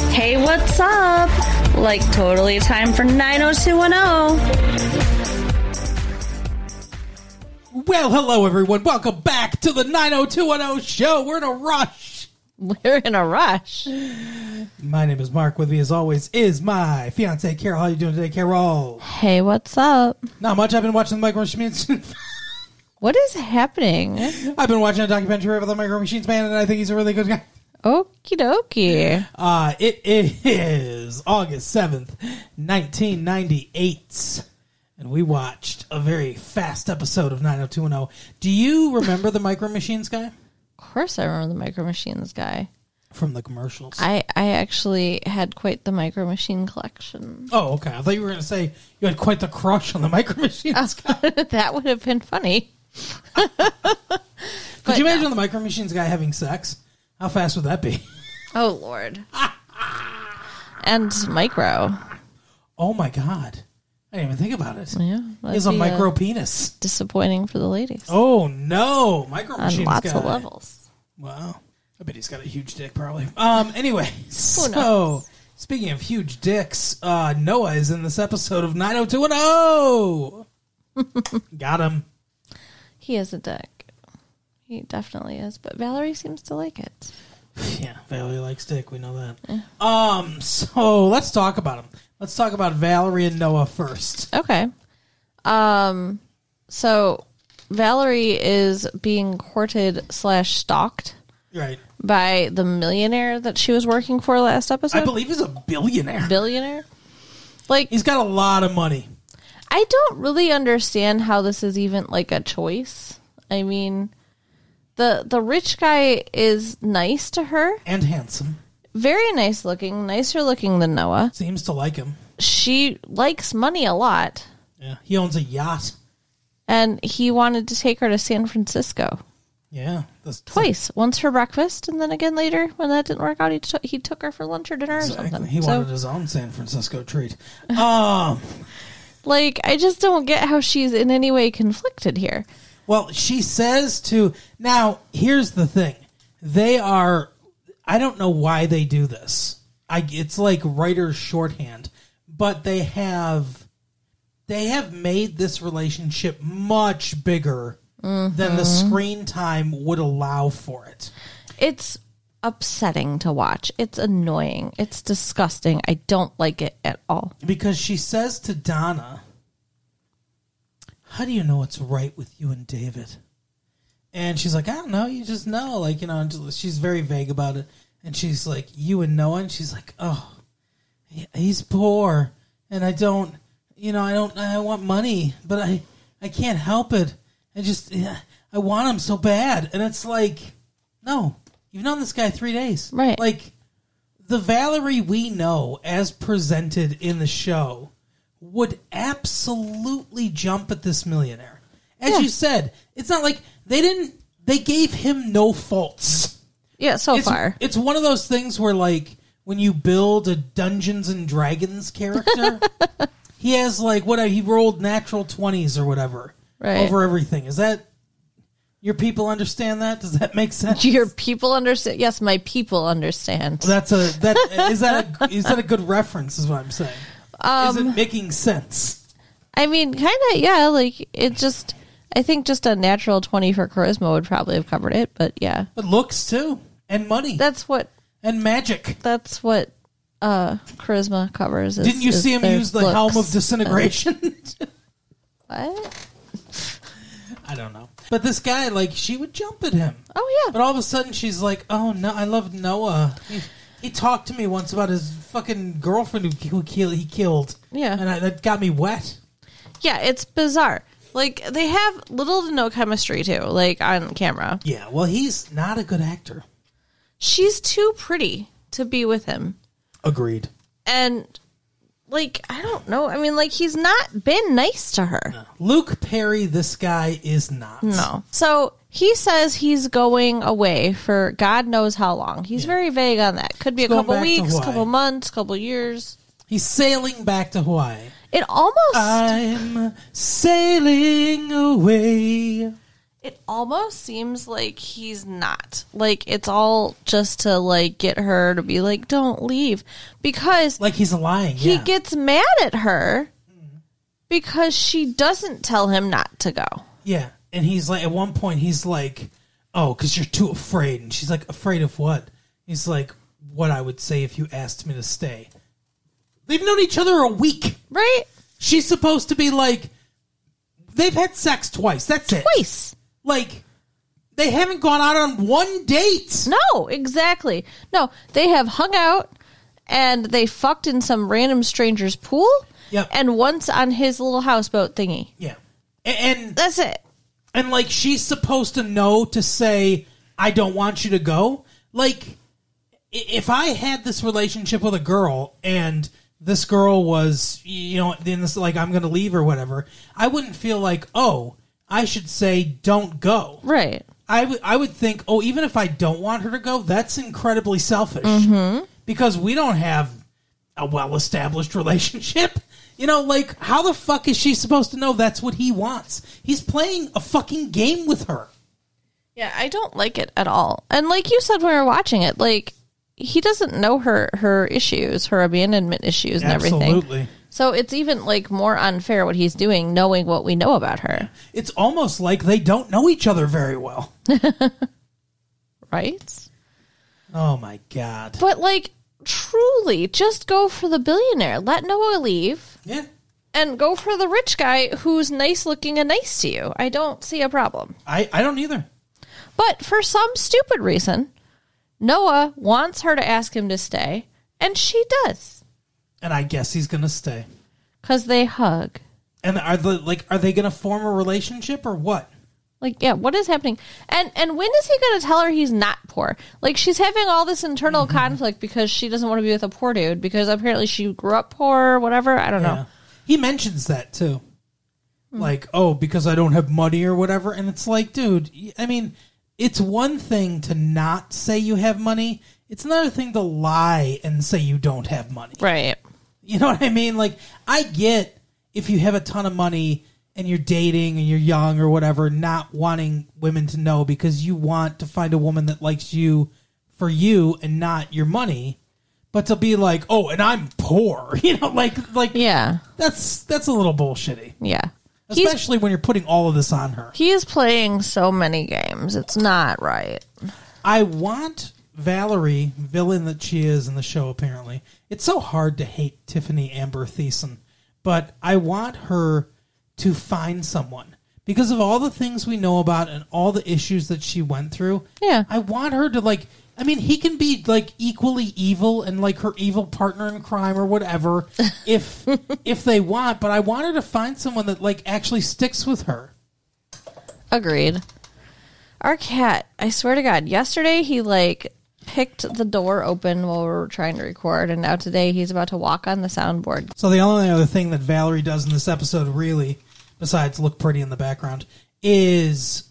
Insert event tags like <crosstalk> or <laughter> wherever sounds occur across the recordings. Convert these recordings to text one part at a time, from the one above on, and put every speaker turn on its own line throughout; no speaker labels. what's up. Like, totally time for 90210.
Well, hello everyone. Welcome back to the 90210 show. We're in a rush.
<laughs> We're in a rush.
My name is Mark. With me as always is my fiance Carol. How you doing today, Carol?
Hey, what's up?
Not much. I've been watching the Micro Machines. <laughs>
What is happening?
I've been watching a documentary about the Micro Machines man and I think he's a really good guy.
Okie dokie.
Uh, it is August 7th, 1998. And we watched a very fast episode of 90210. Do you remember the Micro Machines guy?
Of course, I remember the Micro Machines guy.
From the commercials.
I, I actually had quite the Micro Machine collection.
oh, okay. I thought you were going to say you had quite the crush on the Micro
Oh.
Machines guy.
<laughs> that would have been funny.
Could you imagine the Micro Machines guy having sex? How fast would that be? <laughs>
Oh, Lord. <laughs> and Micro.
Oh my God. I didn't even think about it.
Yeah. that'd
He's a
be, uh,
micro penis.
disappointing for the ladies
Oh no. Micro
on
Machines
lots
guy.
of levels.
Wow. I bet he's got a huge dick, probably. Um. Anyway, <laughs> so
knows?
speaking of huge dicks, uh, Noah is in this episode of
<laughs>
90210. oh. got him.
He is a dick. He definitely is. But Valerie seems to like it.
Yeah, Valerie likes dick. We know that. Um. So let's talk about him. Let's talk about Valerie and Noah first.
Okay. Um so Valerie is being courted slash stalked
Right.
by the millionaire that she was working for last episode.
I believe he's a billionaire.
Billionaire. Like
He's got a lot of money.
I don't really understand how this is even like a choice. I mean the the rich guy is nice to her.
and handsome.
Very nice looking, nicer looking than Noah.
Seems to like him.
She likes money a lot.
Yeah, he owns a yacht.
And he wanted to take her to San Francisco.
Yeah, that's
twice. Once for breakfast, and then again later when that didn't work out. He took he took her for lunch or dinner or
Exactly.
something.
He
so,
wanted his own San Francisco treat. <laughs> Um,
like, I just don't get how she's in any way conflicted here.
well, she says to now. Here's the thing: they are. I don't know why they do this. I it's like writer's shorthand, but they have they have made this relationship much bigger than the
Mm-hmm.
screen time would allow for it.
It's upsetting to watch. It's annoying. It's disgusting. I don't like it at all.
because she says to Donna, "How do you know what's right with you and David?" And she's like, "I don't know. You just know." Like you know, and just- she's very vague about it. And she's like, "You and Noah." And she's like, "Oh, he- he's poor, and I don't, you know, I don't. I want money, but I, I can't help it. I just, yeah, I want him so bad." And it's like, no, you've known this guy three days,
Right.
Like the Valerie we know as presented in the show would absolutely jump at this millionaire. As you said, it's not like they didn't they gave him no faults.
Yeah, so
It's,
far.
it's one of those things where like when you build a Dungeons and Dragons
<laughs>
character, he has like what he rolled natural 20s or whatever
Right.
over everything. Is that your people understand that? Does that make sense?
Do your people understand? Yes, my people understand.
That's a that is that a is that a good reference? Is what I'm saying. is
Um,
it making sense?
I mean, kind of, yeah. Like, it just. I think just a natural twenty for charisma would probably have covered it, but yeah,
But looks too, and money,
that's what
and magic.
that's what uh charisma covers. Is,
Didn't you
is
see him
their
use the
looks.
helm of disintegration? <laughs>
What?
I don't know. But this guy, like, she would jump at him.
Oh
But
yeah,
all of a sudden, she's like, "Oh no, I love Noah." He, he talked to me once about his fucking girlfriend who, who kill, he killed.
Yeah.
and I, that got me wet.
yeah. It's bizarre. Like they have little to no chemistry too. Like on camera,
Yeah. Well, he's not a good actor.
she's too pretty to be with him,
Agreed.
and like I don't know. I mean, like he's not been nice to her.
Luke Perry, this guy is not.
No. So he says he's going away for God knows how long. He's very vague on that. Could be a
going
couple
back to
weeks,
Hawaii.
couple months, couple years.
He's sailing back to Hawaii.
It almost
I'm sailing away.
It almost seems like he's not. Like it's all just to like get her to be like, "Don't leave," because
Like he's lying.
he
yeah.
gets mad at her because she doesn't tell him not to go.
Yeah, and he's like, at one point, he's like, "Oh, because you're too afraid." And she's like, "Afraid of what?" He's like, "What I would say if you asked me to stay." They've known each other a week.
Right?
She's supposed to be like, they've had sex twice. That's it.
Twice.
Like, they haven't gone out on one date.
No, exactly. No, they have hung out and they fucked in some random stranger's pool
Yep.
and once on his little houseboat thingy.
Yeah, A- and
That's it.
and like she's supposed to know to say, "I don't want you to go." Like, i- if I had this relationship with a girl and this girl was, you know, then this like I'm going to leave or whatever, I wouldn't feel like, oh, I should say, "Don't go."
Right.
I would I would think, oh, even if I don't want her to go, that's incredibly selfish
Mm-hmm.
because we don't have a well established <laughs> relationship. You know, like how the fuck is she supposed to know that's what he wants? He's playing a fucking game with her.
Yeah, I don't like it at all. And like you said when we were watching it, like he doesn't know her her issues, her abandonment issues and everything.
Absolutely.
So it's even like more unfair what he's doing knowing what we know about her,
It's almost like they don't know each other very well.
right?
Oh my god.
But like truly, just go for the billionaire. Let Noah leave
Yeah.
and go for the rich guy who's nice looking and nice to you. I don't see a problem.
I, I don't either.
But for some stupid reason, Noah wants her to ask him to stay, and she does
And I guess he's gonna stay.
cuz they hug.
And are the like are they gonna form a relationship or what?
Like, yeah, what is happening? And and when is he going to tell her he's not poor? Like, she's having all this internal conflict because she doesn't want to be with a poor dude because apparently she grew up poor, or whatever. I don't
Yeah.
know.
He mentions that too. Like, oh, because I don't have money or whatever. And it's like, dude, y- I mean, it's one thing to not say you have money, it's another thing to lie and say you don't have money. <laughs>
Right.
You know what I mean? Like, I get if you have a ton of money and you're dating and you're young or whatever, not wanting women to know because you want to find a woman that likes you for you and not your money. But to be like, oh, and I'm poor, <laughs> you know, like, like,
Yeah.
that's that's a little bullshitty,
Yeah. He's
especially when you're putting all of this on her.
he is playing so many games. It's not right.
I want Valerie, villain that she is in the show. Apparently, it's so hard to hate Tiffany Amber Thiessen, but I want her to find someone because of all the things we know about and all the issues that she went through.
Yeah.
I want her to like. I mean, he can be like equally evil and like her evil partner in crime or whatever,
<laughs>
if if they want. But I want her to find someone that like actually sticks with her.
Agreed. Our cat, I swear to God, yesterday he like picked the door open while we were trying to record, and now today he's about to walk on the soundboard.
So the only other thing that Valerie does in this episode, really, besides look pretty in the background, is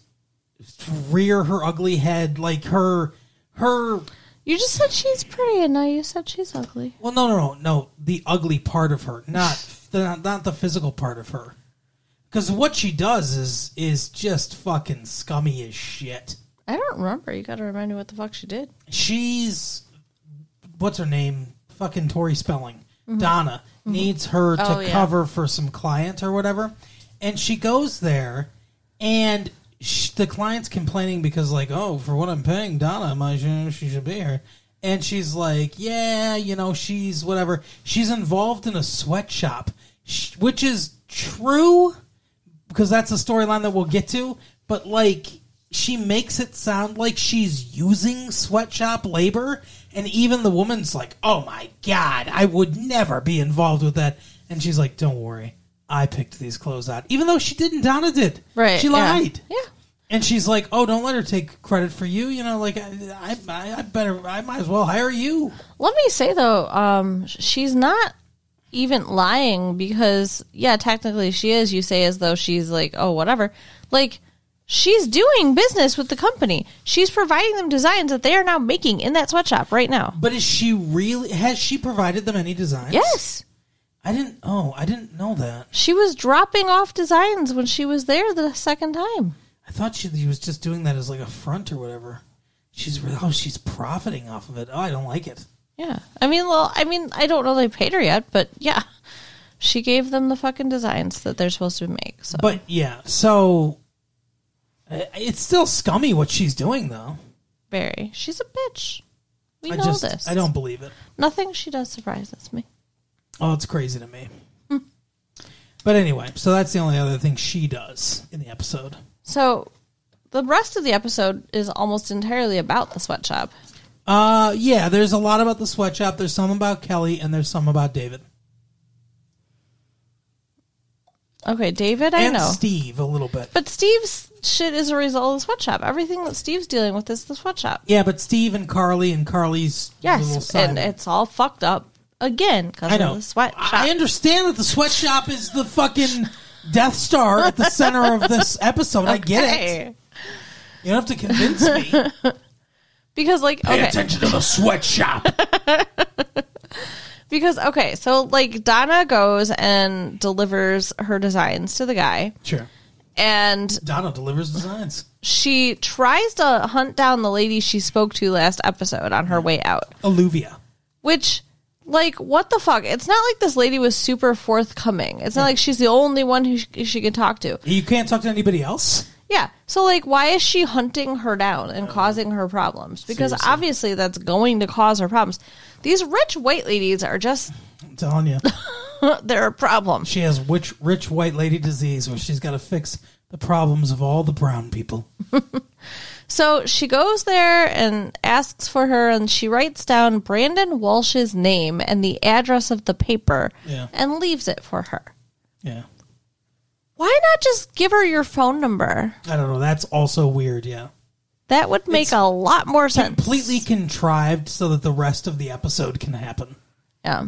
rear her ugly head, like her her.
You just said she's pretty, and now you said she's ugly.
Well, no, no, no, no. The ugly part of her, not the not, not the physical part of her, because what she does is is just fucking scummy as shit.
I don't remember. You got to remind me what the fuck she did.
She's what's her name? Fucking Tori Spelling. Donna needs her to
Mm-hmm. Oh, yeah.
cover for some client or whatever, and she goes there, and sh the client's complaining because like, oh, for what I'm paying Donna, my sh- she should be here, and she's like, yeah, you know, she's whatever. She's involved in a sweatshop, sh- which is true because that's a storyline that we'll get to. But like, she makes it sound like she's using sweatshop labor, and even the woman's like, "Oh my god, I would never be involved with that." And she's like, "Don't worry, I picked these clothes out," even though she didn't. Donna did.
Right.
She
yeah.
lied.
Yeah.
And she's like, "Oh, don't let her take credit for you. You know, like I, I, I better, I might as well hire you."
Let me say though, um, sh- she's not even lying because yeah, technically she is. You say as though she's like, oh, whatever. Like she's doing business with the company. She's providing them designs that they are now making in that sweatshop right now.
But is she really? Has she provided them any designs?
Yes,
I didn't. Oh, I didn't know that.
she was dropping off designs when she was there the second time.
I thought she he was just doing that as like a front or whatever. She's re- oh she's profiting off of it. Oh, I don't like it.
Yeah. I mean, well, I mean, I don't know they paid her yet, but yeah. She gave them the fucking designs that they're supposed to make. So
But yeah, so uh, it's still scummy what she's doing though.
Barry, she's a bitch. We
I
know
just
this.
I don't believe it.
Nothing she does surprises me.
Oh, it's crazy to me.
Hmm.
but anyway, so that's the only other thing she does in the episode.
So the rest of the episode is almost entirely about the sweatshop.
Uh, yeah, there's a lot about the sweatshop. There's some about Kelly, and there's some about David
Okay, David, I
and
know.
Steve a little bit.
But Steve's shit is a result of the sweatshop. Everything that Steve's dealing with is the sweatshop.
Yeah, but Steve and Carly and Carly's little
Yes,
son.
and it's all fucked up again because
I
of
know
the sweatshop.
I understand that the sweatshop is the fucking Death Star at the center of this episode. I get it.
Hey.
You don't have to convince
<laughs>
me. Pay
Because like okay,
attention to the sweatshop.
because okay, so like Donna goes and delivers her designs to the guy,
<laughs> sure.
and
Donna delivers designs.
she tries to hunt down the lady she spoke to last episode on her way out.
Alluvia.
Which, like, what the fuck? It's not like this lady was super forthcoming. It's not like she's the only one who she, she could talk to.
You can't talk to anybody else.
Yeah. So, like, why is she hunting her down and causing her problems? Because
seriously.
obviously that's going to cause her problems. These rich white ladies are just,
I'm telling you.
they're a problem.
She has rich, rich white lady disease where she's got to fix the problems of all the brown people.
So she goes there and asks for her, and she writes down Brandon Walsh's name and the address of the paper
Yeah.
and leaves it for her.
Yeah.
Why not just give her your phone number?
I don't know. That's also weird. Yeah.
That would make
It's
a lot more sense.
Completely contrived so that the rest of the episode can happen.
Yeah.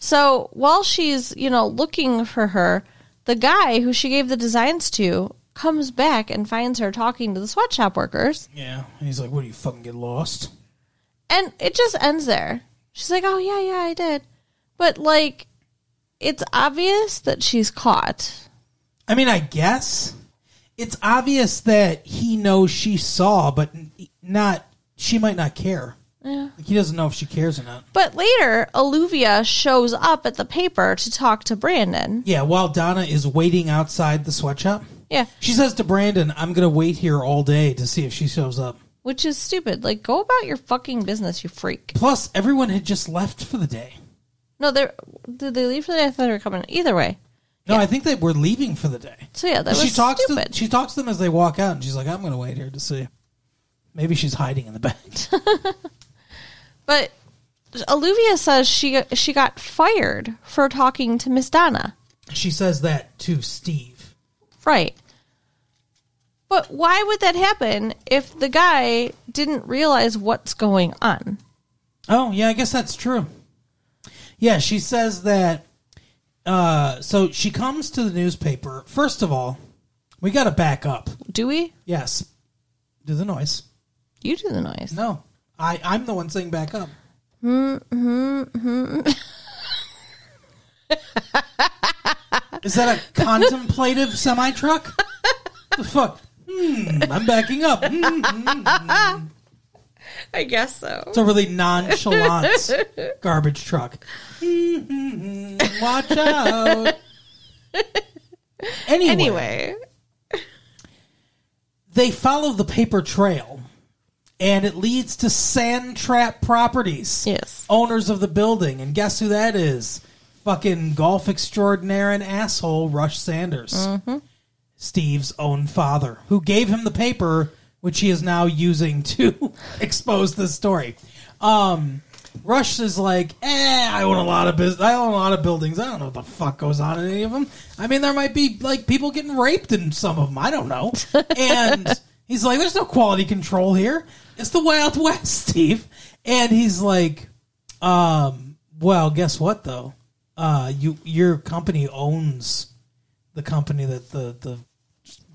So while she's, you know, looking for her, the guy who she gave the designs to comes back and finds her talking to the sweatshop workers.
Yeah. And he's like, what do you fucking get lost?
And it just ends there. She's like, oh, yeah, yeah, I did. But, like, it's obvious that she's caught.
I mean, I guess it's obvious that he knows she saw, but n- not, she might not care. Yeah. Like, he doesn't know if she cares or not.
But later, Alluvia shows up at the paper to talk to Brandon.
Yeah. While Donna is waiting outside the sweatshop,
Yeah,
she says to Brandon, I'm going to wait here all day to see if she shows up.
which is stupid. Like, go about your fucking business, you freak.
Plus, everyone had just left for the day.
No, they are did they leave for the day? I thought they were coming. Either way,
No, I think they were leaving for the day.
So yeah, that
she
was
talks
stupid.
to she talks to them as they walk out, and she's like, "I'm going to wait here to see." Maybe she's hiding in the
<laughs>
back.
but Olivia says she she got fired for talking to Miss Donna.
she says that to Steve.
Right. But why would that happen if the guy didn't realize what's going on?
Oh yeah, I guess that's true. Yeah, she says that. Uh, so she comes to the newspaper. First of all, we got to back up.
Do we?
Yes, do the noise.
You do the noise.
<laughs> No, I I'm the one saying back up. Is that a contemplative semi truck? The fuck? Hmm, I'm backing up. Hmm.
I guess so.
It's a really nonchalant garbage truck. Watch out. Anyway,
Anyway,
they follow the paper trail, and it leads to Sand Trap Properties.
yes.
owners of the building, and guess who that is? Fucking golf extraordinaire and asshole Rush Sanders, Steve's own father, who gave him the paper, which he is now using to <laughs> expose this story. Um, Rush is like, eh, I own a lot of business. I own a lot of buildings. I don't know what the fuck goes on in any of them. I mean, there might be like people getting raped in some of them. I don't know. And he's like, there's no quality control here. It's the Wild <laughs> West, Steve. And he's like, um, well, guess what though? Uh, you your company owns the company that the the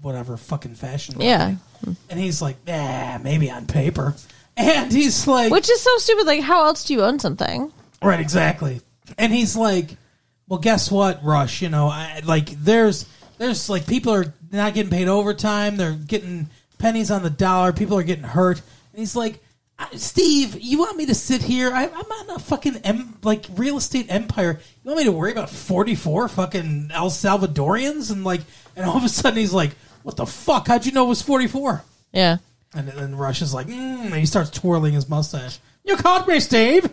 whatever fucking fashion.
Yeah.
company. And he's like, eh, maybe on paper. And he's like,
Which is so stupid. Like, how else do you own something?
Right, exactly. And he's like, "Well, guess what, Rush? You know, I, like there's there's like people are they're not getting paid overtime. They're getting pennies on the dollar. People are getting hurt. And he's like, "I- Steve, you want me to sit here? I, I'm on a fucking em, like real estate empire. You want me to worry about 44 fucking El Salvadorians? And like, and all of a sudden he's like, what the fuck? How'd you know it was 44?
Yeah.
And then Rush is like, mm, and he starts twirling his mustache. You caught me, Steve.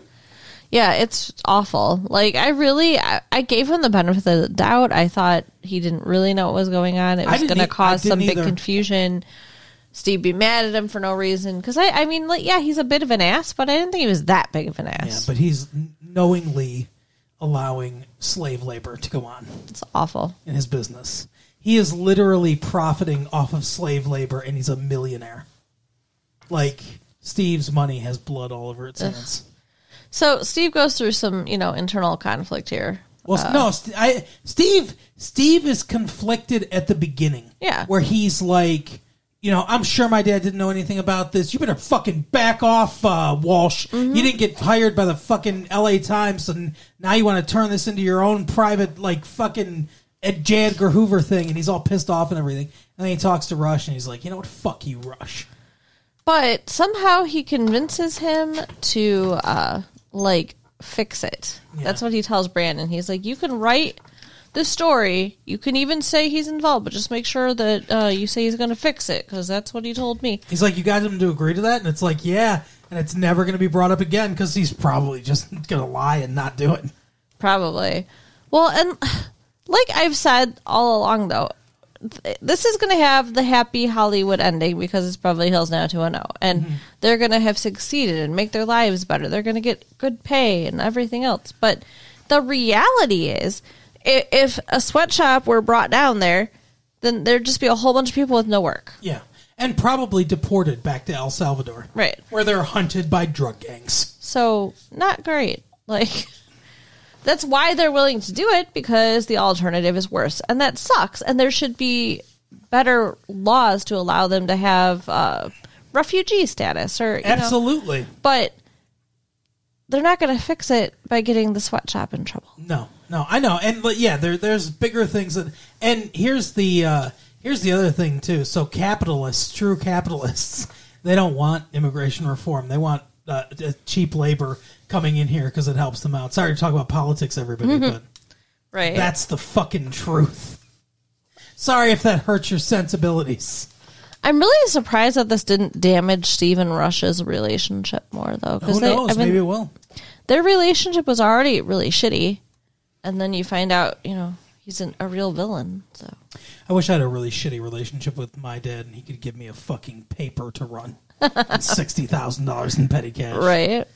Yeah, it's awful. Like I really, I, I gave him the benefit of the doubt. I thought he didn't really know what was going on. It
I
was
didn't
going
e-
to
I
cause some
didn't
big
either.
confusion. Steve be mad at him for no reason because I, I mean, like, yeah, he's a bit of an ass, but I didn't think he was that big of an
Yeah,
ass.
but he's knowingly allowing slave labor to go on
it's awful.
in his business. He is literally profiting off of slave labor, and he's a millionaire. Like Steve's money has blood all over its hands.
So Steve goes through some, you know, internal conflict here.
Well, no, St- I, Steve. Steve is conflicted at the beginning.
Yeah.
where he's like, you know, I'm sure my dad didn't know anything about this. You better fucking back off, uh, Walsh. You didn't get hired by the fucking L.A. Times, and now you want to turn this into your own private, like fucking Ed J. Edgar Hoover thing. And he's all pissed off and everything. And then he talks to Rush, and he's like, you know what? Fuck you, Rush.
But somehow he convinces him to uh like fix it. That's what he tells Brandon. He's like, You can write the story. You can even say he's involved, but just make sure that uh, you say he's going to fix it because that's what he told me.
He's like, you got him to agree to that, and it's like, yeah, and it's never going to be brought up again because he's probably just going to lie and not do it.
Probably. Well, and like I've said all along, though, th- this is going to have the happy Hollywood ending because it's Beverly Hills oh now 210. And they're going to have succeeded and make their lives better. They're going to get good pay and everything else. But the reality is, i- if a sweatshop were brought down there, then there'd just be a whole bunch of people with no work.
Yeah. And probably deported back to El Salvador.
Right.
Where they're hunted by drug gangs.
So, not great. Like, <laughs> that's why they're willing to do it because the alternative is worse. And that sucks. And there should be better laws to allow them to have uh, refugee status or, you know.
Absolutely.
But they're not going to fix it by getting the sweatshop in trouble.
No, no, I know, and but yeah, there, there's bigger things that, and here's the uh, here's the other thing too. So capitalists, true capitalists, <laughs> they don't want immigration reform. They want uh, d- cheap labor coming in here because it helps them out. Sorry to talk about politics, everybody,
Mm-hmm.
but
Right.
that's the fucking truth. Sorry if that hurts your sensibilities.
I'm really surprised that this didn't damage Steve and Rush's relationship more, though.
Who
they-
knows?
I mean,
Maybe it will.
their relationship was already really shitty, and then you find out, you know, he's an, a real villain. So
I wish I had a really shitty relationship with my dad, and he could give me a fucking paper to run, and sixty thousand dollars in petty cash,
right,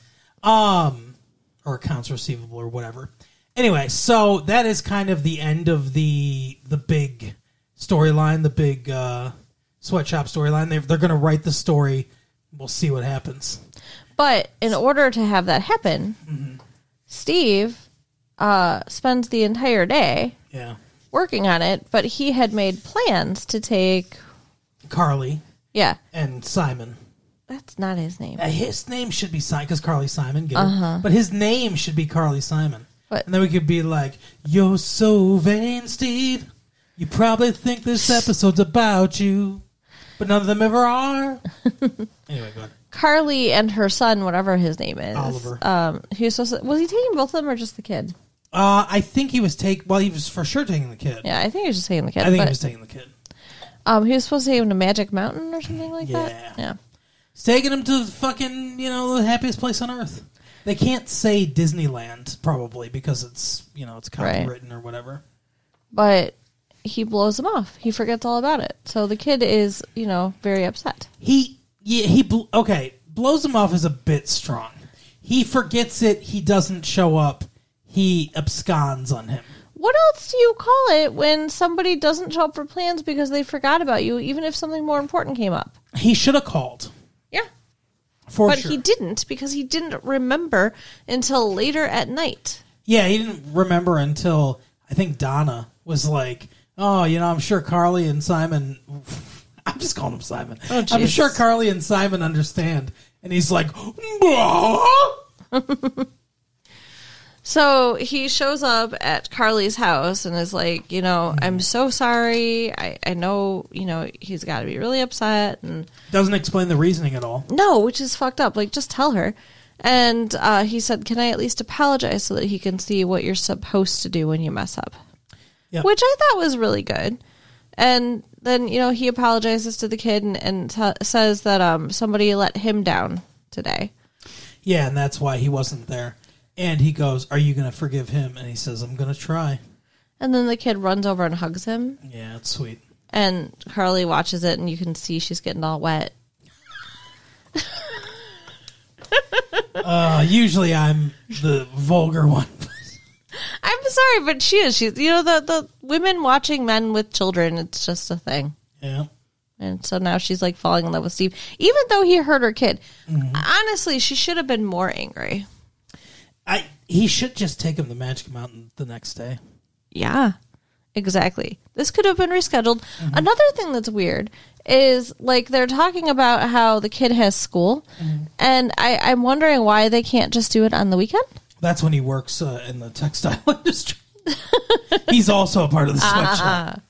or accounts receivable or whatever. Anyway, so that is kind of the end of the the big storyline, the big uh, sweatshop storyline. They're, they're going to write the story. We'll see what happens.
but in order to have that happen, Steve uh, spends the entire day
Yeah,
working on it. But he had made plans to take.
Carly
Yeah,
and Simon.
that's not his name.
Uh, his name should be Simon because Carly Simon, get it? but his name should be Carly Simon.
Uh-huh. What?
And then we could be like, "You're so vain, Steve. You probably think
<laughs>
this episode's about you, but none of them ever
<laughs>
are." anyway, go ahead.
Carly and her son, whatever his name is,
Oliver.
Um, he was supposed to, was he taking both of them or just the kid?
Uh, I think he was take. Well, he was for sure taking the kid.
Yeah, I think he was just taking the kid.
I think
but,
he was taking the kid.
um, he was supposed to take him to Magic Mountain or something like
Yeah.
that. Yeah.
He's taking him to the fucking you know the happiest place on earth. They can't say Disneyland probably because it's you know it's
Right.
copywritten or whatever.
but he blows him off. He forgets all about it. So the kid is, you know, very upset.
He yeah he bl- okay blows him off is a bit strong. He forgets it. He doesn't show up. He absconds on him.
What else do you call it when somebody doesn't show up for plans because they forgot about you, even if something more important came up?
He should have called
Yeah.
for
But
sure.
he didn't because he didn't remember until later at night.
Yeah, he didn't remember until I think Donna was like, "Oh, you know, I'm sure Carly and Simon." <laughs> I'm just calling him Simon. I'm
Jesus.
sure Carly and Simon understand, and he's like, "Bah!"
So he shows up at Carly's house and is like, you know,
Mm-hmm.
I'm so sorry. I, I know, you know, he's got to be really upset. And
Doesn't explain the reasoning at all.
no, which is fucked up. Like, just tell her. And uh, he said, Can I at least apologize so that he can see what you're supposed to do when you mess up?
Yeah.
Which I thought was really good. And then, you know, he apologizes to the kid and, and t- says that um, somebody let him down today.
Yeah, and that's why he wasn't there. And he goes, "Are you going to forgive him?" And he says, "I'm going to try."
And then the kid runs over and hugs him.
Yeah, it's sweet.
And Carly watches it, and you can see she's getting all wet.
Uh, usually I'm the vulgar one.
I'm sorry, but she is. She's you know the the women watching men with children. It's just a thing.
<laughs> yeah.
And so now she's like falling in love with Steve, even though he hurt her kid. Honestly, she should have been more angry.
I he should just take him to Magic Mountain the next day.
Yeah, exactly. This could have been rescheduled. Another thing that's weird is like they're talking about how the kid has school, and I, I'm wondering why they can't just do it on the weekend.
That's when he works uh, in the textile <laughs> industry. He's also a part of the sweatshop.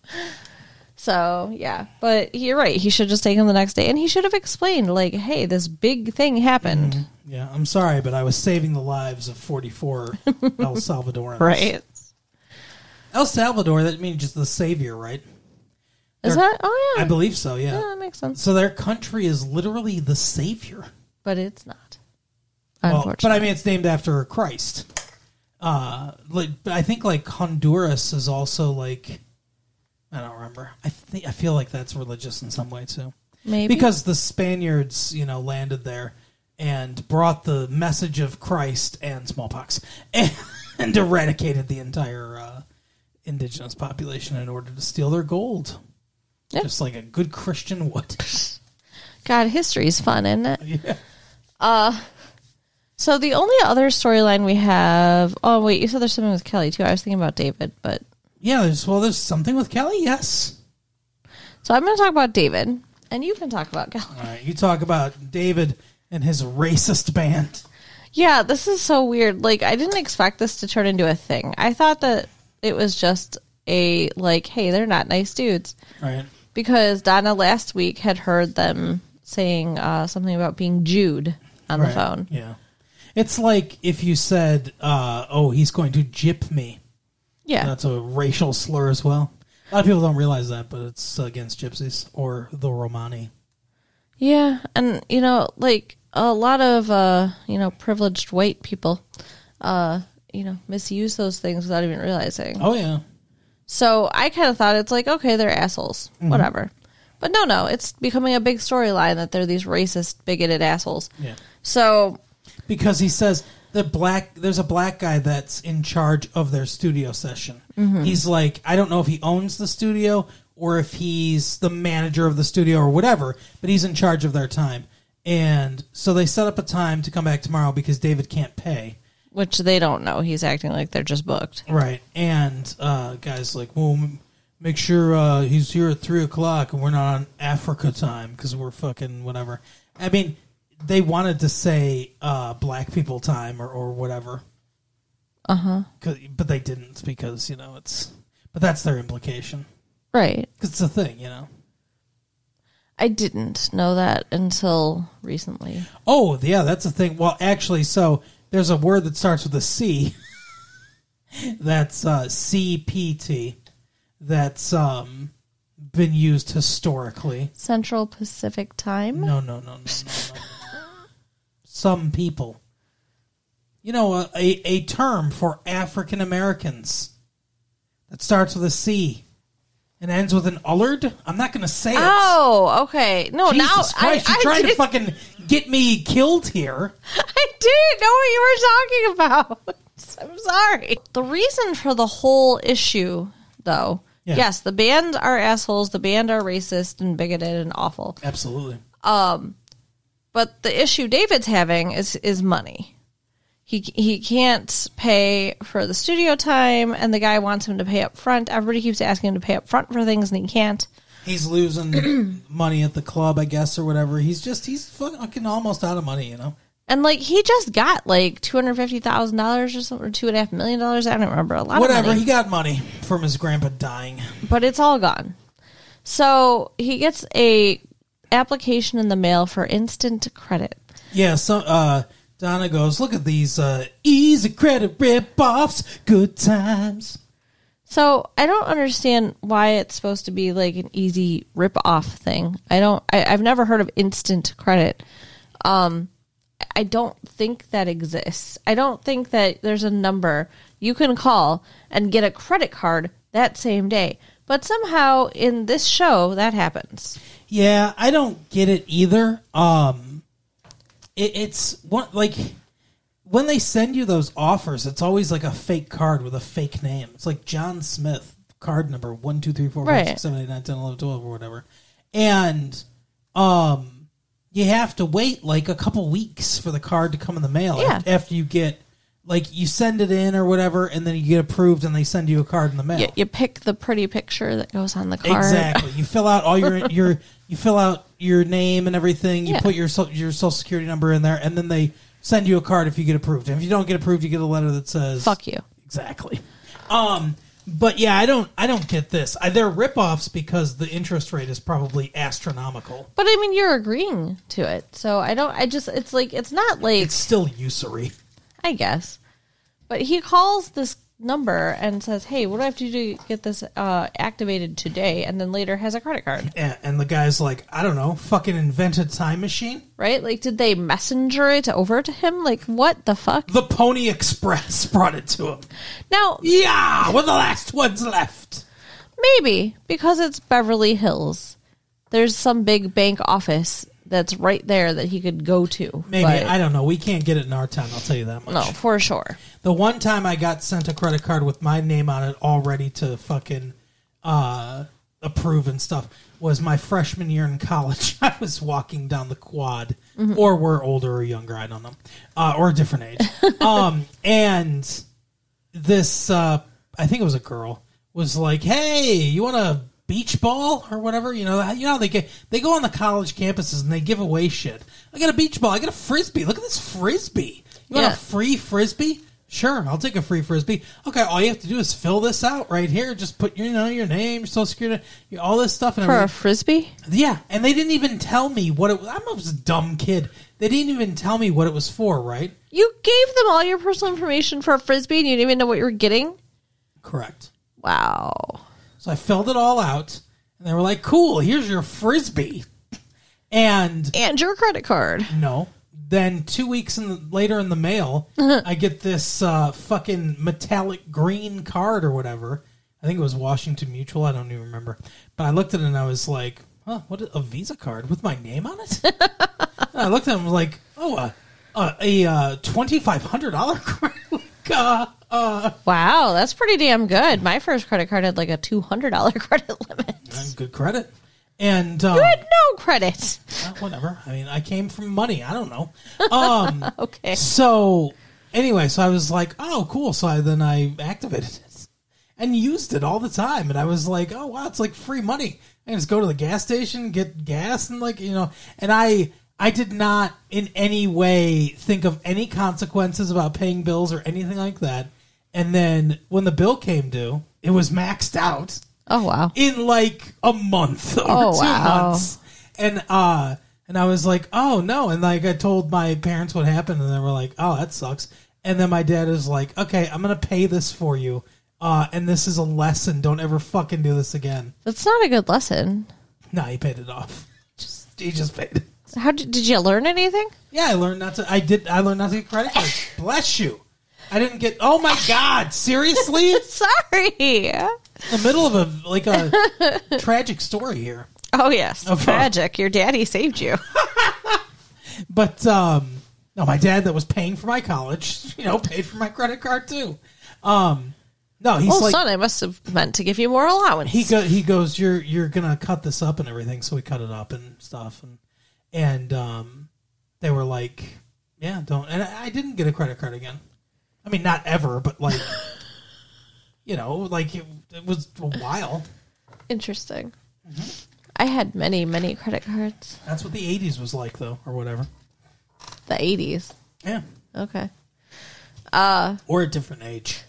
So yeah, but you're right. He should just take him the next day, and he should have explained like, "Hey, this big thing happened."
Yeah, I'm sorry, but I was saving the lives of 44 El Salvadorans.
Right?
El Salvador, that means just the savior, right?
Is
Or-
that? Oh yeah.
I believe so, yeah.
yeah, that makes sense.
So their country is literally the savior.
But it's not.
Well, but
Unfortunately.
I mean, it's named after Christ. Uh, like but I think like Honduras is also like I don't remember. I think I feel like that's religious in some way too.
Maybe.
because the Spaniards, you know, landed there and brought the message of Christ and smallpox <laughs> and, eradicated the entire uh, indigenous population in order to steal their gold.
Yeah.
Just like a good Christian would. <laughs>
God, history's fun, isn't it? Yeah. Uh, so the only other storyline we have. Oh wait, you said there's something with Kelly too. I was thinking about David, but
yeah, there's, well, there's something with Kelly, yes.
so I'm going to talk about David, and you can talk about Kelly.
All right, you talk about David and his racist band.
Yeah, this is so weird. Like I didn't expect this to turn into a thing. I thought that it was just a like, hey, they're not nice dudes
All right.
because Donna last week had heard them saying uh, something about being Jude on the
Right,
phone.
Yeah. It's like if you said, uh, oh, he's going to jip me.
Yeah.
That's a racial slur as well. A lot of people don't realize that, but it's against gypsies or the Romani.
Yeah, and you know, like a lot of uh, you know, privileged white people uh, you know, misuse those things without even realizing.
Oh yeah,
So I kind of thought it's like, okay, they're assholes,
Mm-hmm.
whatever. But no, no, it's becoming a big storyline that they're these racist, bigoted assholes.
yeah.
So
Because he says the black there's a black guy that's in charge of their studio session. He's like, I don't know if he owns the studio or if he's the manager of the studio or whatever, but he's in charge of their time. And so they set up a time to come back tomorrow because David can't pay.
which they don't know. He's acting like they're just booked.
Right. And uh, guys like, well, m- make sure uh, he's here at three o'clock, and we're not on Africa time because we're fucking whatever. I mean, they wanted to say uh, black people time or or whatever. Uh huh. But they didn't because you know it's. But that's their implication.
Right.
'Cause it's a thing, you know.
I didn't know that until recently.
Oh yeah, that's a thing. Well, actually, so there's a word that starts with a C. <laughs> that's uh, CPT. That's um, been used historically.
Central Pacific time.
No, no, no, no, no. no. Some people, you know, a, a, a term for African Americans that starts with a C and ends with an ullard. I'm not going to say it.
Oh, okay. No, now
Jesus Christ,
I,
you're
I
trying
did,
to fucking get me killed here.
<laughs> I didn't know what you were talking about. <laughs> I'm sorry. The reason for the whole issue, though,
Yeah.
yes, the band are assholes. The band are racist and bigoted and awful.
Absolutely.
But the issue David's having is is money. He he can't pay for the studio time, and the guy wants him to pay up front. Everybody keeps asking him to pay up front for things, and he can't.
he's
<clears throat>
losing money at the club, I guess, or whatever. He's just he's fucking almost out of money, you know.
And like he just got like two hundred fifty thousand dollars or something, or two and a half million dollars. I don't remember a lot. of
Whatever.
money.
He got money from his grandpa dying.
but it's all gone. So he gets a application in the mail for instant credit.
Yeah, so uh, Donna goes, look at these uh, easy credit rip-offs, good times.
So I don't understand why it's supposed to be like an easy rip off thing. I don't. I, I've never heard of instant credit. Um, I don't think that exists. I don't think that there's a number you can call and get a credit card that same day. But somehow in this show that happens.
Yeah, I don't get it either. Um, it, it's one like when they send you those offers, it's always like a fake card with a fake name. It's like John Smith, card number one two three four five
Right.
six seven eight nine ten eleven twelve or whatever, and um, you have to wait like a couple weeks for the card to come in the mail
Yeah.
af- after you get. Like you send it in or whatever, and then you get approved, and they send you a card in the mail.
You, you pick the pretty picture that goes on the card.
Exactly. You fill out all your your you fill out your name and everything. You
Yeah.
put your so, your social security number in there, and then they send you a card if you get approved. And if you don't get approved, you get a letter that says
Fuck you.
Exactly. Um. But yeah, I don't I don't get this. I, they're ripoffs because the interest rate is probably astronomical.
But I mean, you're agreeing to it, so I don't. I just, it's like it's not like
It's still usury.
I guess. But he calls this number and says, "Hey, what do I have to do to get this uh, activated today?" And then later has a credit card,
And, and the guy's like, I don't know, fucking invent a time machine.
right? Like, did they messenger it over to him? Like, what the fuck?
The Pony Express <laughs> brought it to him.
Now,
Yeah, we're the last ones left.
maybe because it's Beverly Hills, there's some big bank office that's right there that he could go to.
Maybe
but
I don't know. We can't get it in our town. I'll tell you that much.
no, for sure.
The one time I got sent a credit card with my name on it already to fucking uh, approve and stuff was my freshman year in college. <laughs> I was walking down the quad, or we're older or younger. I don't know, uh, or a different age. um, and this, uh, I think it was a girl, was like, "Hey, you want a beach ball or whatever? You know, you know how they get they go on the college campuses and they give away shit. I got a beach ball. I got a frisbee. Look at this frisbee. You want
Yeah.
a free frisbee? Sure, I'll take a free frisbee. Okay, all you have to do is fill this out right here. Just put your, you know, your name, your social security, your, all this stuff, and
For a
everything.
frisbee,
Yeah, and they didn't even tell me what it was. I'm a dumb kid. They didn't even tell me what it was for. Right?
you gave them all your personal information for a frisbee, and you didn't even know what you were getting.
Correct.
Wow.
So I filled it all out, and they were like, "Cool, here's your frisbee." And
And your credit card.
no, then two weeks in the, later in the mail, I get this uh, fucking metallic green card or whatever. I think it was Washington Mutual. I don't even remember, but I looked at it and I was like, "Huh, what? A Visa card with my name on it?" <laughs> and I looked at it and was like, "Oh, uh, uh, a uh, twenty five hundred <laughs> dollar card." Like, uh,
Wow, that's pretty damn good. My first credit card had like a two hundred dollar <laughs> credit limit.
good credit. And um,
I had no credit. <laughs>
Uh, whatever. I mean, I came from money. I don't know. Um,
Okay.
so anyway, so I was like, oh, cool. So I, then I activated it <laughs> and used it all the time. And I was like, oh wow, it's like free money. I can just go to the gas station, get gas, and like you know. And I I did not in any way think of any consequences about paying bills or anything like that. And then when the bill came due, it was maxed out
Oh wow.
in like a month <laughs> or
Oh,
two
wow.
months. And uh and I was like, "Oh no." And like I told my parents what happened and they were like, "Oh, that sucks." And then my dad is like, "Okay, I'm going to pay this for you." Uh and this is a lesson. Don't ever fucking do this again.
That's not a good lesson.
No, he paid it off. Just he just paid it.
How did, did you learn anything?
Yeah, I learned not to I did I learned not to get credit <laughs> cards. Bless you. I didn't get Oh my god, <laughs> seriously? In
<laughs> Sorry.
the middle of a like a tragic story here.
Oh yes.
Of-
Tragic. Your daddy saved you.
But um, no, my dad that was paying for my college, <laughs> you know, paid for my credit card too. Um, no, he's
Oh
like
son, I must have meant to give you more allowance.
he go, he goes, you're you're gonna cut this up and everything, so we cut it up and stuff, and and um, they were like, yeah, don't. And I, I didn't get a credit card again. I mean, not ever, but
<laughs>
like, you know, like it, it was a while.
Interesting. Mm-hmm. I had many, many credit cards.
That's what the '80s was like, though, or whatever.
The 80s.
Yeah.
Okay.
Or a different age.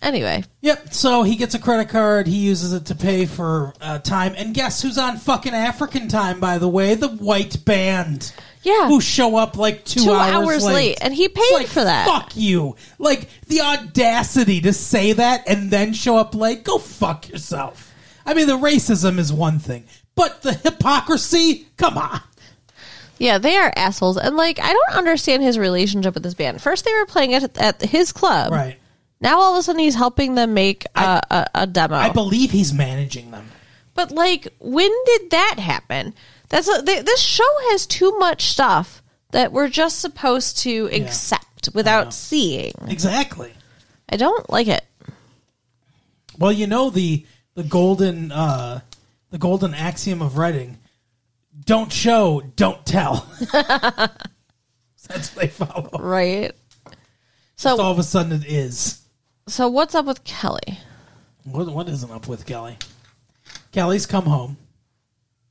Anyway,
Yep. So he gets a credit card. He uses it to pay for uh, time. And guess who's on fucking African time, by the way? The white band.
Yeah.
Who show up like two,
Two hours late. And he paid
It's like,
for that.
Fuck you. Like the audacity to say that and then show up late. Go fuck yourself. I mean, the racism is one thing, but the hypocrisy. Come on.
yeah, they are assholes. And like, I don't understand his relationship with this band. First, they were playing it at his club.
Right.
Now, all of a sudden, he's helping them make uh, a, a demo.
I believe he's managing them.
But like, when did that happen? That's a, th- this show has too much stuff that we're just supposed to accept without seeing.
Exactly.
I don't like it.
Well, you know the the golden uh, the golden axiom of writing: don't show, don't tell. <laughs> That's what they follow.
Right. So
All of a sudden, it is.
so what's up with Kelly
What, what isn't up with Kelly? Kelly's come home.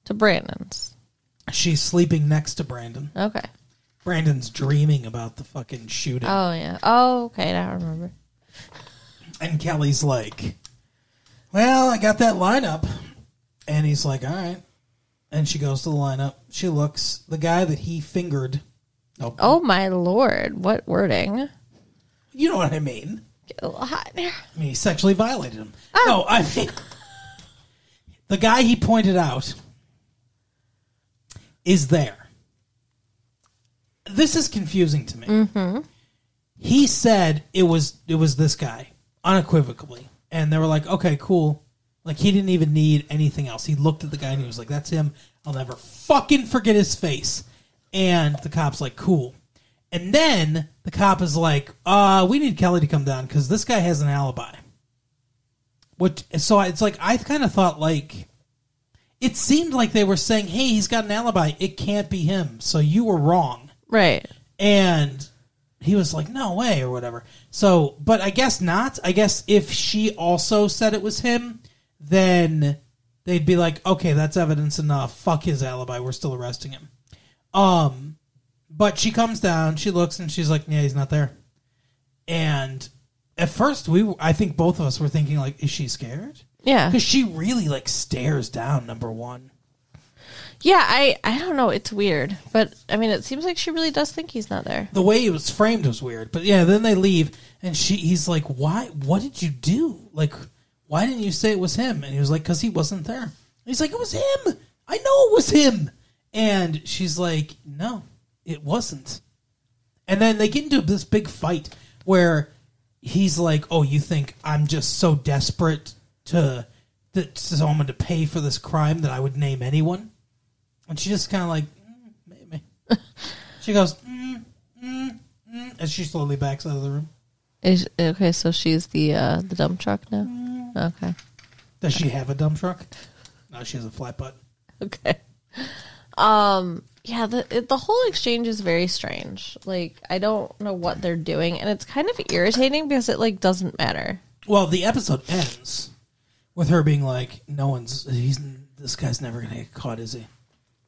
to Brandon's?
She's sleeping next to Brandon.
Okay.
Brandon's dreaming about the fucking shooting,
Oh yeah. Oh okay. Now I remember.
and Kelly's like, "Well, I got that lineup," and he's like, "All right." And she goes to the lineup. She looks the guy that he fingered. No,
Oh my lord! What wording?
you know what I mean.
Get a little hot in here.
I mean, he sexually violated him. No, I mean, the guy he pointed out is there. This is confusing to me. He said it was it was this guy unequivocally, and they were like, "Okay, cool." Like he didn't even need anything else. He looked at the guy and he was like, "That's him. I'll never fucking forget his face." And the cop's like, "Cool." And then the cop is like, "Uh, we need Kelly to come down because this guy has an alibi." Which so I- it's like I kind of thought like it seemed like they were saying, "Hey, he's got an alibi. It can't be him." So you were wrong.
Right.
And he was like, "No way," or whatever. So, but I guess not. I guess if she also said it was him, then they'd be like, "Okay, that's evidence enough. Fuck his alibi. We're still arresting him." Um, but she comes down, she looks, and she's like, "Yeah, he's not there." And at first, we I think both of us were thinking like, "Is she scared?"
Yeah.
Because she really like stares down number one.
Yeah. I I don't know. It's weird, but I mean, it seems like she really does think he's not there.
the way it was framed was weird. But yeah, then they leave, and she he's like, "Why? What did you do? Like, why didn't you say it was him?" And he was like, "Cause he wasn't there." And he's like, "It was him. I know it was him." And she's like, "No, it wasn't." And then they get into this big fight where he's like, "Oh, you think I'm just so desperate to that someone to pay for this crime that I would name anyone?" And she just kind of like, mm, maybe. she goes, mm, mm, mm, and she slowly backs out of the room.
Is okay. So she's the uh the dump truck now. Okay.
Does she have a dump truck? No, she has a flat butt.
okay. Um. Yeah. The it, the whole exchange is very strange. Like I don't know what they're doing, and it's kind of irritating because it like doesn't matter.
Well, the episode ends with her being like, "No one's. He's this guy's never gonna get caught, is he?"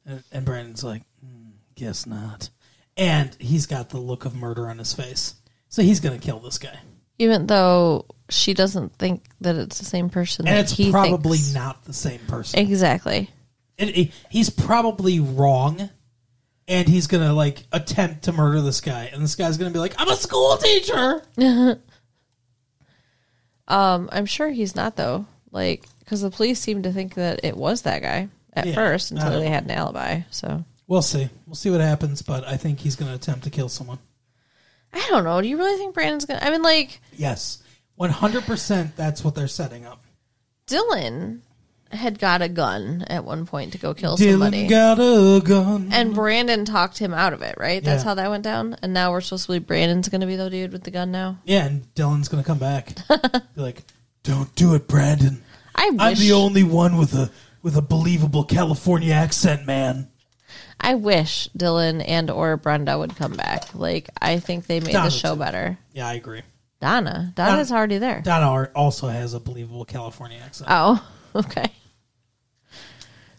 And, and Brandon's like, mm, "Guess not." And he's got the look of murder on his face, so he's gonna kill this guy.
Even though she doesn't think that it's the same person
And
that
it's
he
probably
thinks.
not the same person.
exactly.
it, it- he's probably wrong and he's gonna like attempt to murder this guy and this guy's gonna be like i'm a school teacher
Um. I'm sure he's not though. Like because the police seem to think that it was that guy at
Yeah,
first
I
until
don't
they
know.
had an alibi. So
we'll see we'll see what happens but i think he's gonna attempt to kill someone
I don't know. Do you really think Brandon's gonna? I mean, like.
yes 100% that's what they're setting up
Dylan had got a gun at one point to go kill somebody.
dylan got a gun
and Brandon talked him out of it, right? That's
Yeah.
how that went down. And now we're supposed to believe Brandon's going to be the dude with the gun now.
yeah and dylan's gonna come
<laughs>
back be like don't do it brandon
I
i'm
wish.
the only one with a with a believable california accent man
I wish Dylan and or Brenda would come back. Like I think they made the
Donna,
show
too.
better.
yeah i agree
Donna, Donna's already there.
donna Ar- also has a believable california accent
<laughs> Oh, okay.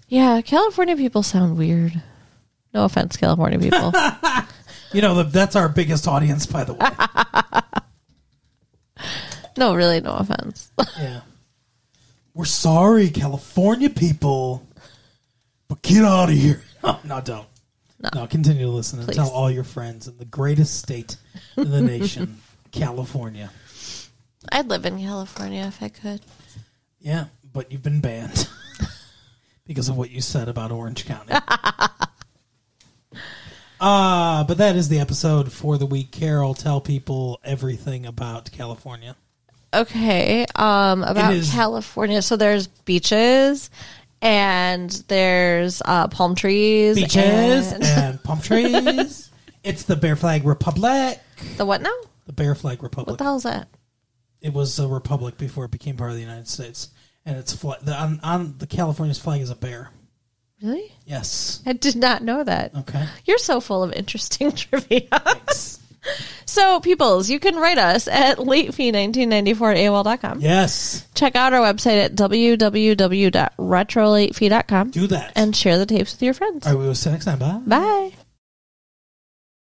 Yeah, California people sound weird. No offense,
<laughs>
California people.
You know, that's our biggest audience, by the way.
no, really, no offense. <laughs>
Yeah. We're sorry, California people, but get out of here. <laughs> No, no, don't. No. continue to listen and
Please.
tell all your friends in the greatest state in the nation, California.
I'd live in California if I could.
Yeah, but you've been banned <laughs> because of what you said about Orange County. uh, but that is the episode for the week. Carol, tell people everything about California.
Okay, um, about
It is-
California. So there's beaches, and there's uh, palm trees, <laughs>
Beaches
and-
and palm trees. It's the Bear Flag Republic.
the what now?
The Bear Flag
What
Republic.
the hell's that?
It was a republic before it became part of the United States, and it's fla- the, on, on the California's flag is a bear.
Really?
Yes.
I did not know that. <gasps>
Okay.
You're so full of interesting <laughs> trivia.
Thanks.
so, peoples, you can write us at latefee1994 at AOL.com.
yes.
Check out our website at www.retrolatefee.com
Do that.
and share the tapes with your friends.
All right. We will see you next time. Bye.
Bye.